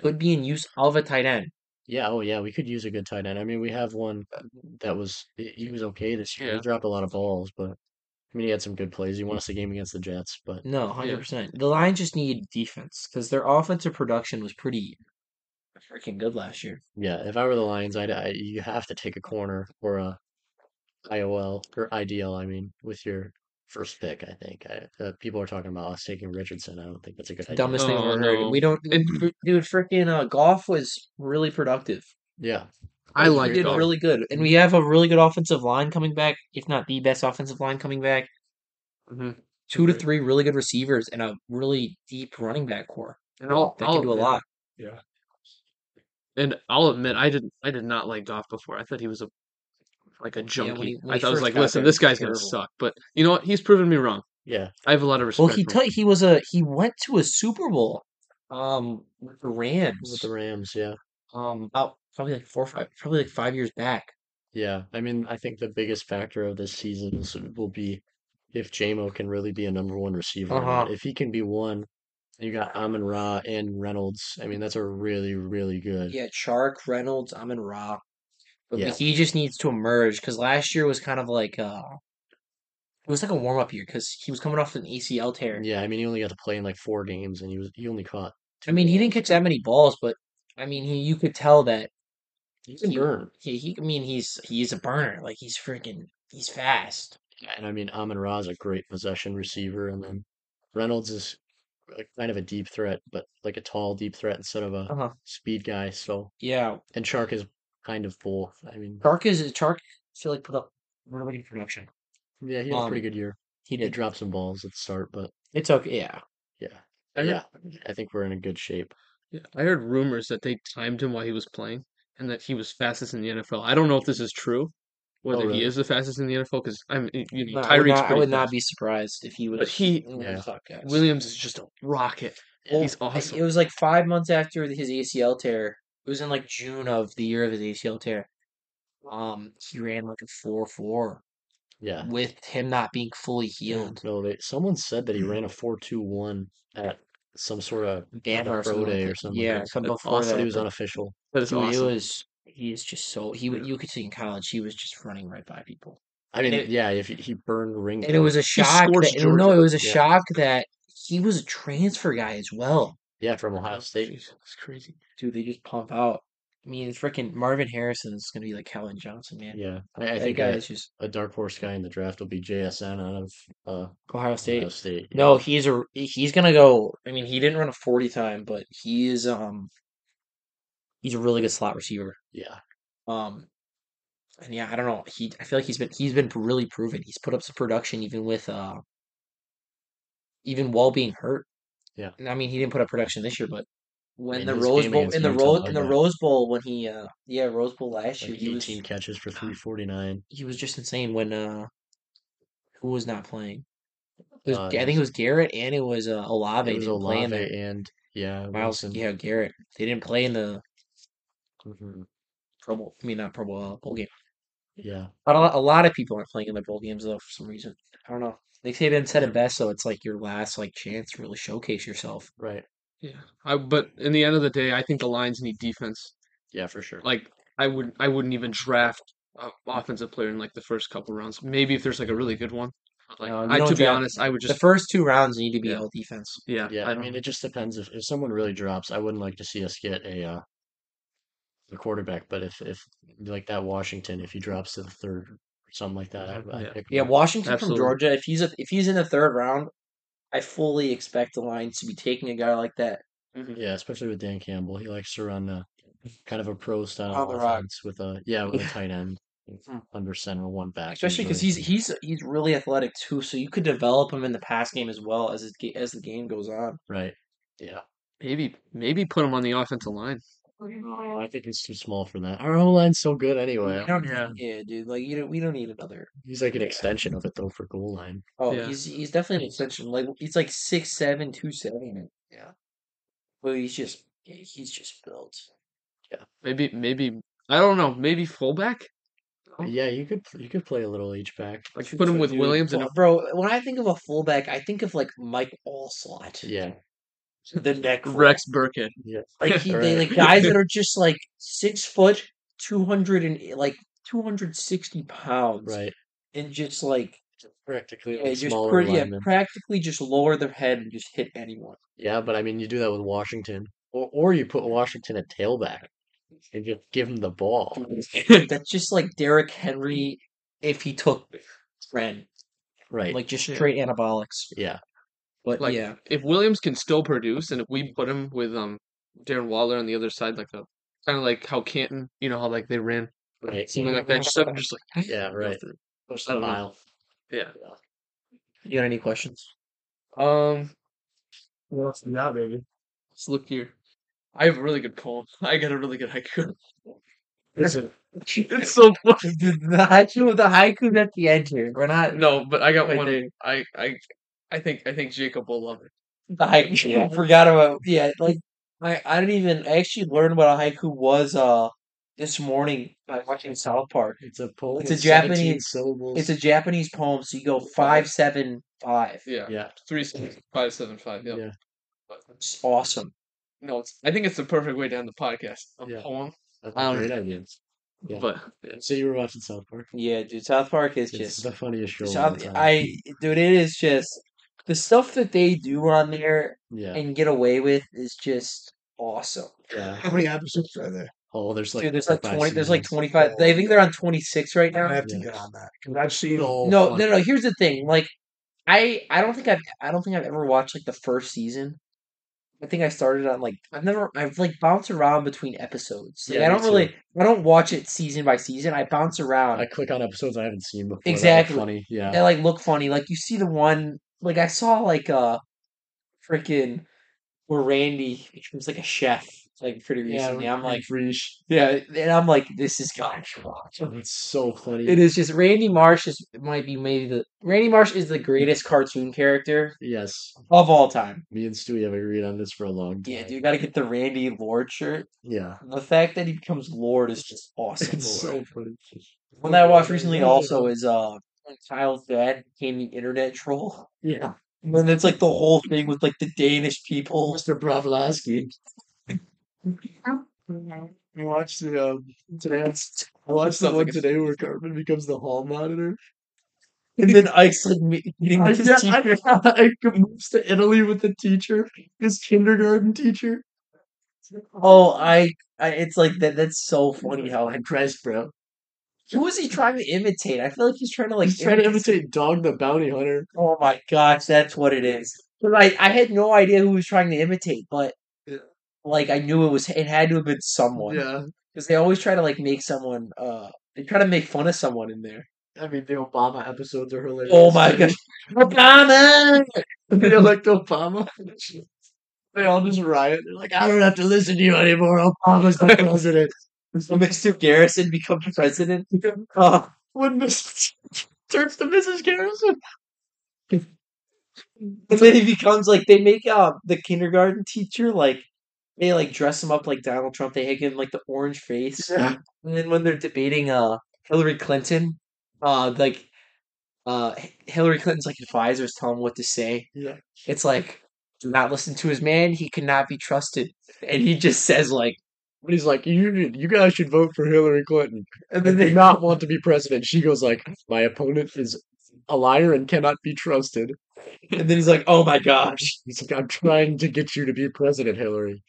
could be in use of a tight end. Yeah, oh yeah, we could use a good tight end. I mean, we have one Uh, that was he he was okay this year. Yeah. He dropped a lot of balls, but I mean, he had some good plays. He won us the game against the Jets, but No, hundred percent. The Lions just need defense because their offensive production was pretty freaking good last year. yeah, if I were the Lions, I'd I, you have to take a corner or a IOL or IDL, I mean, with your first pick, I think. I, uh, people are talking about us taking Richardson. I don't think that's a good idea. Dumbest thing I've Oh, ever heard. no. We don't, And- dude. Freaking uh, golf was really productive. Yeah. I He like did Goff. really good, and we have a really good offensive line coming back, if not the best offensive line coming back. Mhm. Two to Agreed. three really good receivers and a really deep running back core And I'll, that I'll can do a admit- lot. And I'll admit, I didn't I did not like Goff before. I thought he was a like a junkie. when he- when I he thought I was first like, got listen, there, this he was guy's gonna terrible. suck. But you know what? He's proven me wrong. Yeah. I have a lot of respect. Well, he for t- he was a he went to a Super Bowl, um, with the Rams, With the Rams, yeah. um, about probably like four or five, probably like five years back. Yeah, I mean, I think the biggest factor of this season is, will be if JMO can really be a number one receiver or not. Uh-huh. If he can be one, you got Amon Ra and Reynolds. I mean, that's a really, really good. Yeah, Chark, Reynolds, Amon Ra. But Yeah. he just needs to emerge because last year was kind of like uh It was like a warm up year because he was coming off an ACL tear. Yeah, I mean, he only got to play in like four games, and he was he only caught. I mean, he didn't catch that many balls, but I mean, he you could tell that He can He- burn. he, he I mean, he's he's a burner. Like he's freaking he's fast. And I mean, Amon Ra is a great possession receiver, and then Reynolds is a, kind of a deep threat, but like a tall deep threat instead of a Uh-huh. speed guy. So Yeah, and Shark is kind of both. I mean, Chark is Chark. I feel like put up really good production. yeah, he had a pretty Um, good year. He He did. dropped some balls at the start, but It's okay. Yeah, yeah, I heard, yeah, I think we're in a good shape. yeah, I heard rumors that they timed him while he was playing and that he was fastest in the NFL. I don't know if this is true, whether really? he is the fastest in the NFL because I'm you know Oh, No, I would Tyreek's not, I pretty would not fast. be surprised if he was. But he- in the Yeah. podcast. Williams is just a rocket. Yeah. He's I- awesome. It was like five months after his ACL tear. It was in like June of the year of his ACL tear. Um, he ran like a four four Yeah, with him not being fully healed. No, they someone said Mm. that he ran a four two one at some sort of like Bama a or something pro like day that. or something. Yeah, like some That's before awesome. that. that. He was but unofficial. That is dude, awesome. It was he is just so he w- you could see in college he was just running right by people, I mean, It- yeah, if he, he burned ring, and it was a shock. scorched That, and no, Georgia. it was a Yeah. shock that he was a transfer guy as well. yeah from Ohio State. Jeez, that's crazy. dude, they just pump out. I mean, freaking Marvin Harrison is gonna be like Helen Johnson, man. Yeah, I, I that think guy a, is just a dark horse guy in the draft will be JSN out of uh, Ohio State. Ohio State. yeah. No, he's a he's gonna go. I mean, he didn't run a forty time, but he is um he's a really good slot receiver. yeah, Um, and yeah, I don't know. He I feel like he's been he's been really proven. He's put up some production even with uh even while being hurt. Yeah. And I mean, he didn't put up production this year, but when mean, the his Rose game Bowl against in the Utah Rose held in the up. Rose Bowl when he uh yeah Rose Bowl last year like he was eighteen catches for three forty nine. he was just insane when uh who was not playing. It was, Uh, I think it was Garrett and it was uh, Olave. It was didn't play in Olave the and yeah, Miles. Wilson. Yeah, Garrett. They didn't play in the Mhm. Pro Bowl. I mean, not Pro Bowl uh, bowl game. yeah. But a lot, a lot of people aren't playing in the bowl games though for some reason. I don't know. They say they said it best, so it's like your last like chance to really showcase yourself. Right. Yeah. I but in the end of the day, I think the Lions need defense. Yeah, for sure. Like I would I wouldn't even draft an offensive player in like the first couple rounds. Maybe if there's like a really good one. But, Like No, you I, don't to be draft- honest, I would the just first two rounds need to be Yeah. all defense. yeah. Yeah, I, don't mean, know. it just depends if, if someone really drops. I wouldn't like to see us get a uh, a quarterback, but if if like that Washington, if he drops to the third or something like that, I, I Yeah. pick him Yeah, up. Washington Absolutely. from Georgia. If he's a, if he's in the third round, I fully expect the Lions to be taking a guy like that. yeah, especially with Dan Campbell, he likes to run uh, kind of a pro style On the rock. offense with a yeah with a Yeah. tight end Hmm. under center one back, especially because usually. he's he's he's really athletic too. So you could develop him in the pass game as well as his, ga- as the game goes on. right. Yeah, Maybe maybe put him on the offensive line. Well, Oh, I think he's too small for that. Our O line's so good anyway. We don't- Yeah. yeah, dude. Like you don't, we don't need another. He's like an extension of it though for goal line. Oh, Yeah. he's he's definitely an extension. Like he's like six seven two seventy. Yeah, but he's just he's just built. Maybe maybe I don't know. Maybe fullback. But yeah, you could you could play a little H back. Like put him with Dude, Williams and well, bro. When I think of a fullback, I think of like Mike Allslot. Yeah, the neck Rex Burkhead. Like he, they, Right. like guys that are just like six foot, two hundred and like two hundred sixty pounds, right. and just like Practically yeah, like just smaller pretty, yeah, linemen. practically just lower their head and just hit anyone. Yeah, but I mean, you do that with Washington, or or you put Washington at tailback and just give him the ball. That's just like Derrick Henry if he took Trent, Right. like just Yeah. straight anabolics. yeah. But Like yeah, if Williams can still produce, and if we put him with um Darren Waller on the other side, like a kind of like how Canton, you know how like they ran Right. something like that. Just, just like Yeah. Right. I don't know. Mile. Yeah. you got any questions? Um. What else we got, baby? Let's look here. I have a really good poem. I got a really good haiku. Listen. It's so funny. the haiku, the haiku's at the end here. We're not No, but I got Wait, one. dude. I I I think I think Jacob will love it. the haiku. I forgot about yeah. Like I, I didn't even I actually learned what a haiku was uh this morning by watching South Park. It's a poem. It's a with 17 Japanese- syllables. It's a Japanese poem, so you go five seven five. Yeah. yeah. Three six five seven five. Yeah. Yeah. But, It's awesome. no, it's, I think it's the perfect way to end the podcast. A Yeah. poem. That's Um, a great idea. Yeah. But So you were watching South Park. Yeah, dude. South Park is It's just the funniest show. of all South, time. I dude, it is just the stuff that they do on there yeah and get away with is just awesome. yeah. How many episodes are there? Oh, there's like dude, there's like five twenty. There's like seasons. twenty five. I think they're on twenty six right I now. have to Yeah. get on that because I've seen. So No, fun. no, no. Here's the thing. Like, I I don't think I've I don't think I've ever watched like the first season. I think I started on like I've never I've like bounced around between episodes. Like, Yeah, I me don't really I don't watch it season by season. I bounce around. I click on episodes I haven't seen before. that look Exactly. Funny. Yeah. they like look funny. Like you see the one like I saw like uh freaking where Randy becomes like a chef like pretty recently. I'm like Fresh. yeah, and I'm like this is gosh It's so funny. It is just Randy Marsh is might be maybe the Randy Marsh is the greatest cartoon character Yes. of all time. Me and Stewie have agreed on this for a long time. Yeah, dude, gotta get the Randy Lord shirt. Yeah. The fact that he becomes Lord is just awesome. It's so funny. One that I watched recently also is uh when Kyle's dad became the internet troll. Yeah. And then it's like the whole thing with like the Danish people. Mr. Bravlowski. I watched the um, today. I I watched the Sounds one like a- today where Cartman becomes the hall monitor. And then Ike's like me- meeting with his Yeah, teacher. I, I moves to Italy with the teacher, his kindergarten teacher. Oh, I, I it's like that that's so funny how I Christ, bro. who is he trying to imitate? I feel like he's trying to like He's trying to imitate- imitate Dog the Bounty Hunter. Oh my gosh, that's what it is. But I, I had no idea who was trying to imitate, but Yeah. like I knew it was it had to have been someone Yeah. because they always try to like make someone. uh They try to make fun of someone in there. I mean, the Obama episodes are hilarious. Oh my gosh, Obama! they elect Obama. They all just riot. They're like, I don't have to listen to you anymore. Obama's the president. So Mr. Garrison becomes president. Oh, when Mrs. turns to Mrs. Garrison. and then he becomes like they make uh, the kindergarten teacher like they like dress him up like Donald Trump. They make him like the orange face. And then when they're debating uh Hillary Clinton, uh like uh H- Hillary Clinton's like advisors tell him what to say. Yeah. It's like do not listen to his man, he cannot be trusted. And he just says like But he's like, you you guys should vote for Hillary Clinton. and They then did they not want to be president. She goes like, my opponent is a liar and cannot be trusted. and then he's like, Oh my gosh. He's like, I'm trying to get you to be president, Hillary.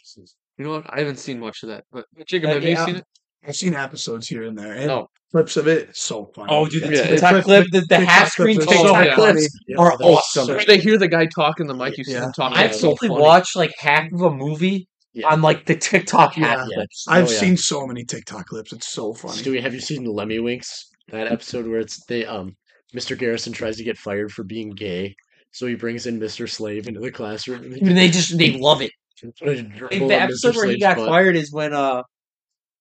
you know what? I haven't seen much of that. But Jacob, Uh, have yeah. you seen it? I've seen episodes here and there, and Oh. clips of it. It's so funny. Oh dude, the Yeah, TikTok it's- clip, the, the TikTok half screen clips are so TikTok funny. clips Oh, Yeah, are Oh, they're awesome. so- Did they hear the guy talk in the mic? You see Yeah. him talking. I've It's so simply funny. watched like half of a movie Yeah. on like the TikTok half Yeah. clips. I've Oh, yeah. seen so many TikTok clips. It's so funny. Stewie, have you seen Lemmy Winks? That episode where it's they um Mr. Garrison tries to get fired for being gay, so he brings in Mr. Slave into the classroom. And And they just they love it. he tries to I dribble think the on Mr. episode where he Slave's got butt. fired is when uh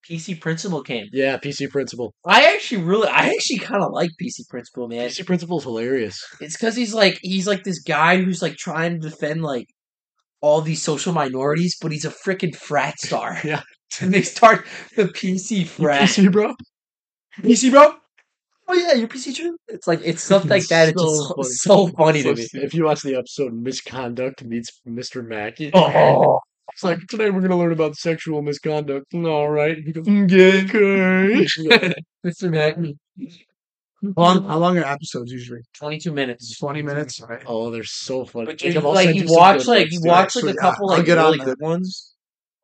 PC Principal came. Yeah, PC Principal. I actually really, I actually kind of like PC Principal, man. PC Principal's hilarious. It's because he's like, he's like this guy who's like trying to defend like all these social minorities, but he's a freaking frat star. Yeah. and they start the PC frat. PC, bro. PC, bro. Oh yeah, you're PC too. It's like it's stuff like that. It's So just so funny. funny, so funny to me. If you watch the episode Misconduct meets Mr. Mackey, Oh, it's like today we're gonna learn about sexual misconduct. Mm, All right, he goes, "Mm, gay, okay. Mr. Magnum. How long, how long are episodes usually? Twenty-two minutes. Twenty minutes. All right. oh, they're so funny. But you, Jacob, I'll like send you some watch, good like ones, you dude. watch, So, like a yeah, couple I'll like get on really that. good ones,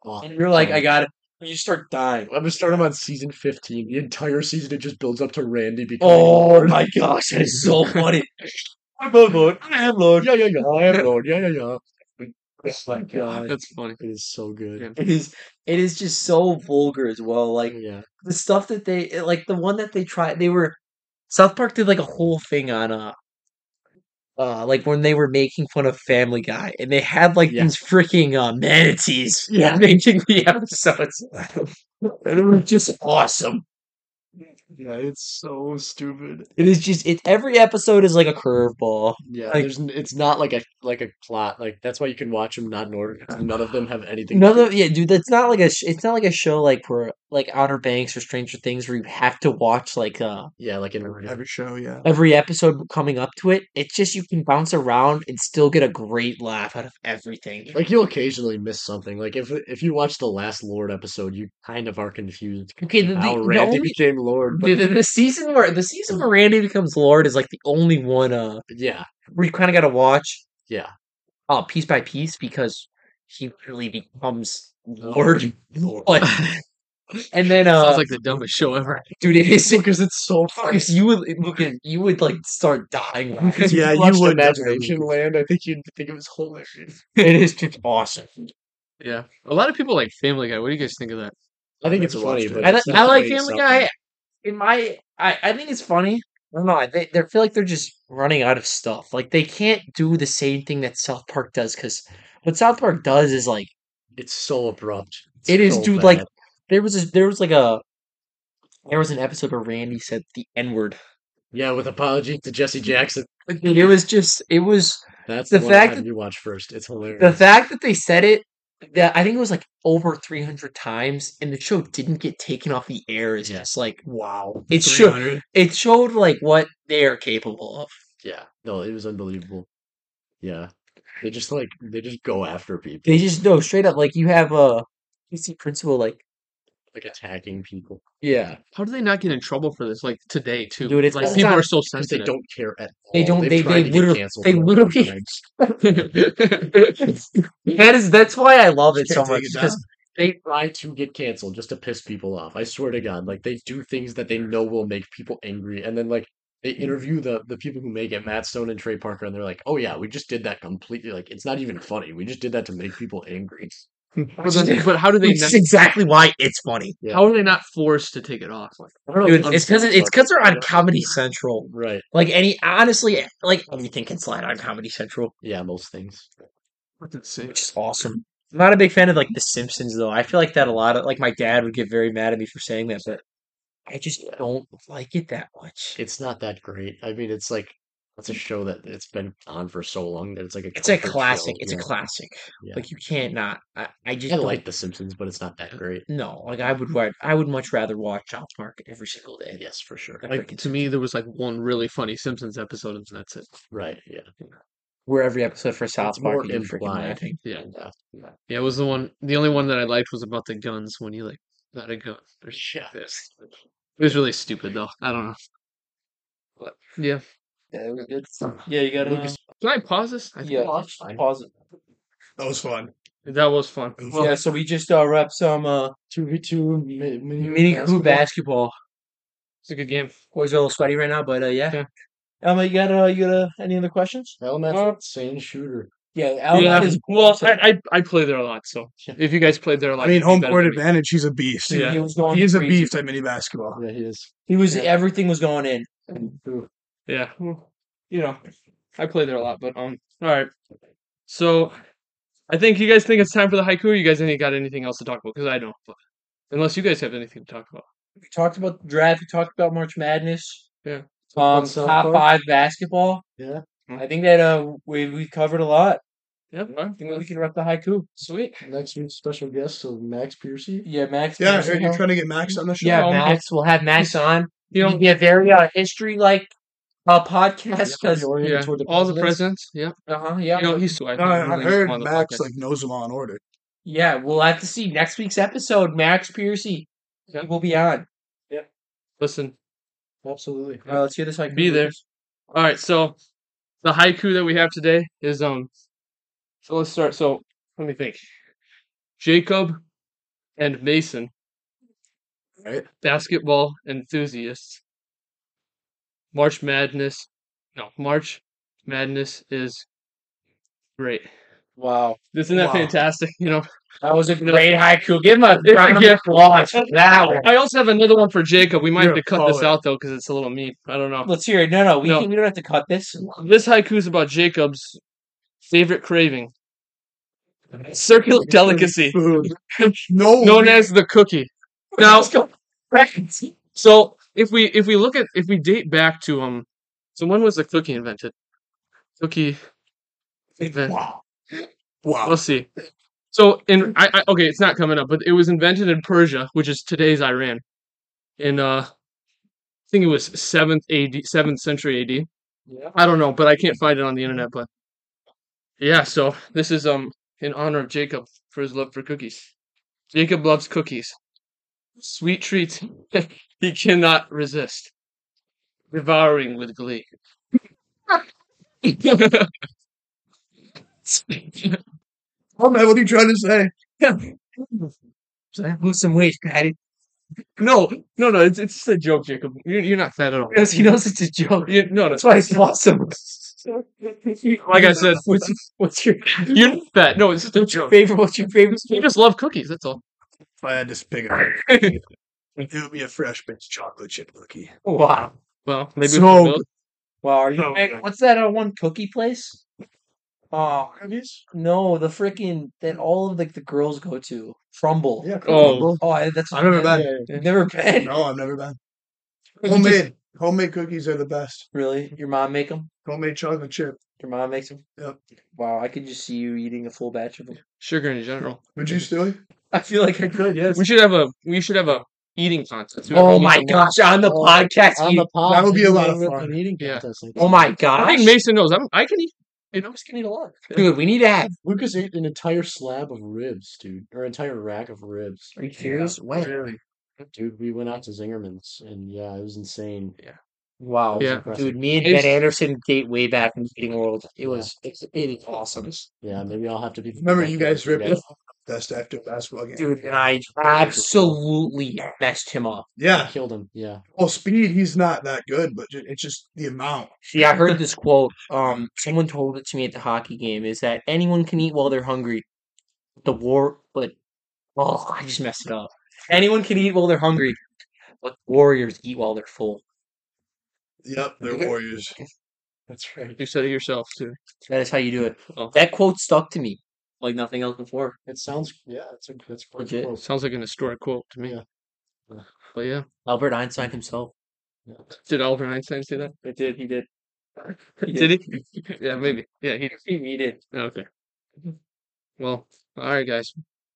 Oh, and you're like, um, I got it. You start dying. I'm gonna start him on season 15. The entire season it just builds up to Randy becoming. Oh my gosh, that is so funny. I'm Lord, Lord. I am Lord. yeah, yeah, yeah, I am Lord. Yeah, yeah, yeah. Oh my god. That's funny. It is so Yeah. good. It is it is just so vulgar as well. Like Yeah, the stuff that they it- like the one that they tried they were South Park did like a whole thing on uh uh like when they were making fun of Family Guy and they had like Yeah. these freaking uh manatees Yeah. making the episodes. and it was just awesome. Yeah, it's so stupid. It is just it. Every episode is like a curveball. Yeah, Like- there's n- it's not like a like a plot. Like that's why you can watch them not in order. 'cause None of them have anything. to None do. of yeah, dude. That's not like a. Sh- it's not like a show like where like Outer Banks or Stranger Things where you have to watch like uh yeah, like in order. Every show, yeah. every episode coming up to it. It's just you can bounce around and still get a great laugh out of everything. Like you'll occasionally miss something. Like if if you watch the last Lord episode, you kind of are confused Okay, the, the, how the Randy only became Lord. But the, the, the season where the season where Randy becomes Lord is like the only one uh yeah, where you kind of got to watch yeah, uh piece by piece because he really becomes Lord. Lord. Like, and then uh, Sounds like the dumbest show ever. dude, it is because it's so Marcus, you would Lucas, you would like start dying. laughing. If Yeah, you watched would Imagination definitely. Land. I think you'd think it was hilarious. it is just awesome. Yeah, a lot of people like Family Guy. What do you guys think of that? I think never it's funny, watched it. but I, it's li- not I like really Family something. Guy. In my, I, I think it's funny. I don't know. I they, they feel like they're just running out of stuff. Like they can't do the same thing that South Park does because what South Park does is like It's so abrupt. It's It is, so dude, like- bad. there was a, there was like a there was an episode where Randy said the N word. yeah, with apology to Jesse Jackson. It was just it was That's The the, one I fact had that- you watch first. It's hilarious. the fact that they said it. That I think it was like over three hundred times, and the show didn't get taken off the air. Is Yeah. just like Wow. it showed 300. it showed like what they are capable of. Yeah, no, it was unbelievable. Yeah, they just like they just go after people, They just know straight up like you have a PC principal like like attacking people yeah How do they not get in trouble for this? Like today too. Dude, it's like all people time. are so because they sensitive. don't care at all. They don't- They've they- tried they to get literally- canceled they a lot of literally- times. that is that's why I love it Just so can't take much it down. because they try to get canceled just to piss people off. I swear to God, like they do things that they know will make people angry, and then like they Mm. interview the the people who make it, Matt Stone and Trey Parker, and they're like, "Oh yeah, we just did that completely. Like it's not even funny. We just did that to make people angry." But, then- but how do they? which Not, is exactly why it's funny. Yeah. how are they not forced to take it off? Like, I don't know. Dude, if it's because it's because they're on Unsought- Comedy Central. right. Like any, honestly, like anything can slide on Comedy Central, Yeah, most things. what's it say? which is awesome. I'm not a big fan of like The Simpsons though. I feel like that a lot of like my dad would get very mad at me for saying that, but I just don't like it that much. it's not that great. I mean, it's like it's a show that it's been on for so long that Mm. it's like a It's a comfort show, classic. It's yeah. a classic. Yeah. Like you can't not. I, I just I don't- like The Simpsons, but it's not that great. no. Like I would. Hmm. ri- I would much rather watch South Park every single day. Yes, for sure. than Like freaking to me, there was like one really funny Simpsons episode, and that's it. Right? Yeah. where every episode for South more Park you're freaking implied. laughing. Yeah, Yeah. yeah. It was the one. The only one that I liked was about the guns when you like got a gun. Or shit Yeah. like this. It was really stupid though. I don't know. But yeah, Yeah, you gotta uh, Lucas- can I pause this? I think yeah, that's fine. pause it. That was fun. that was fun. It was yeah, fun. so we just uh, wrapped some uh Two v two mini Mini crew basketball. It's a good game. Boys are a little sweaty right now, but uh, yeah. Emma, you got uh, you got uh, any other questions? Elemental same shooter. Yeah, Alan yeah. is Well, I, I I play there a lot, so if you guys played there a lot, I mean, you'd be home better court than me. advantage. He's a beast. Yeah. he was going. He is a crazy. beast at mini basketball. Yeah, he is. He was Yeah. everything was going in. Yeah. well, You know, I play there a lot, but um, all right. So, I think you guys think it's time for the haiku. You guys ain't got anything else to talk about? Because I don't. But, unless you guys have anything to talk about. We talked about the draft. We talked about March Madness. Yeah. Um, South top Park. five basketball. Yeah. I think that uh we we covered a lot. Yep. all right, I think we can wrap the haiku. Sweet. Next week's special guest, so Max Piercy. Yeah, Max. Yeah, I Pearson, heard you're huh? trying to get Max on the show. Yeah, Um, Max. We'll have Max on. You It'll know. be a very uh, history like uh, podcast because oriented Yeah. toward the all the presidents. presidents. Yeah. uh-huh, You yeah, know, he's. I, No, think I, I really heard on the Max podcast. like knows them all in order. yeah. We'll have to see next week's episode. Max Piercy Yeah. will be on. Listen. Absolutely. All right, let's hear this. Haiku. Be there. All right. So, the haiku that we have today is um. So let's start. So let me think. Jacob and Mason, Right. basketball enthusiasts. March Madness. No, March Madness is great. Wow, Isn't that Wow. fantastic? You know, that was a No. great haiku. Give him a Yeah, round yeah. of applause for that one. I also have another one for Jacob. We might You're have to a cut this poet. out though because it's a little mean. I don't know. Let's hear it. No, no, we No. Can, we don't have to cut this. This haiku is about Jacob's favorite craving, circular delicacy Food. No. known as the cookie. Now, Let's go. Right. so if we if we look at if we date back to um, so when was the cookie invented? Cookie invent. Wow. Wow. We'll see. So in I, I okay, it's not coming up, but it was invented in Persia, which is today's Iran. In uh, I think it was seventh AD, seventh century AD. Yeah. I don't know, but I can't find it on the internet. But yeah, so this is um in honor of Jacob for his love for cookies. Jacob loves cookies, sweet treats he cannot resist, devouring with glee. Mom, what are you trying to say? Lose some weight, Patty. no, no, no, it's it's just a joke, Jacob. You're you're not fat at all. Because he knows it's a joke. You, no, no. That's why he's lost some. like Like I said, what's, what's your you're not fat. No, it's just a joke. favorite? What's your favorite? You just love cookies. That's all. If I had this big, it would be a fresh baked chocolate chip cookie. Wow. Well, maybe So- we'll build- Wow. Are you? Oh, Hey, okay. what's that uh, one cookie place? Oh no, the freaking that all of like the girls go to Trumble. Yeah. Oh. Oh, I, that's I've never been. You've never been. No, I've never been. You just- Homemade. Homemade cookies are the best. Really? Your mom make them? Homemade chocolate chip. Your mom makes them? Yep. Wow, I could just see you eating a full batch of them. sugar in general. Would you, Stewie? I feel like I could. Yes. We should have a we should have a eating contest. Whoever Oh eats my the most- gosh! On the Oh, podcast. on eat- the pod. That would be a we lot can of have fun. An eating Yeah. contest like oh that. my I gosh! think Mason knows. I'm, I can eat. You know, can eat a lot, dude. We need to have. Lucas ate an entire slab of ribs, dude, or entire rack of ribs, uh, Are you serious? What? really. dude. We went out to Zingerman's, and yeah, it was insane. Wow, Yeah. Impressive. dude. Me and It's- Ben Anderson date way back in the eating world. It Yeah. was it's, it is awesome, Yeah, maybe I'll have to be. Remember, you guys ripped Yeah. it. Best after basketball game. dude. And I absolutely messed him up. Yeah. Killed him. Yeah. Well, speed, he's not that good, but ju- it's just the amount. See, I heard this quote. Um, someone told it to me at the hockey game. Is that anyone can eat while they're hungry? The war, but oh, I just messed it up. Anyone can eat while they're hungry, but warriors eat while they're full. Yep, they're warriors. That's right. You said it yourself too. That is how you do it. Oh. That quote stuck to me like nothing else before. It sounds. Yeah, it's a that's pretty Legit. close. Sounds like an historic quote to me. Yeah. But yeah, Albert Einstein himself. did Albert Einstein say that? It did. He did. Did he? Yeah, maybe. Yeah, he. He, he did. Okay. Well, all right, guys.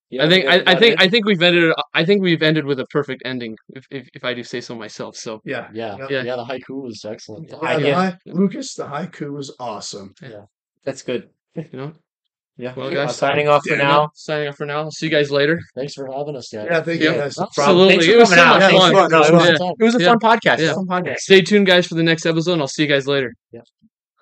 Yeah, I think that's I, I about think it. I think we've ended. I think we've ended with a perfect ending, if if, if I do say so myself. So Yeah. Yeah. Yeah. Yeah. The haiku was excellent. The Yeah. I Yeah, the get- hai- Lucas, the haiku was awesome. that's good. you know, Yeah. Well, Well, guys, guys, signing off for yeah, no, now. signing off for now. See you guys later. Thanks for having us, guys. Yeah, thank Yeah. you guys. Absolutely, Thanks for it was so coming much Yeah, it out. was fun. fun. It was Yeah. Time. It was a Yeah. fun podcast. Yeah. Fun podcast. Stay tuned, guys, for the next episode, and I'll see you guys later.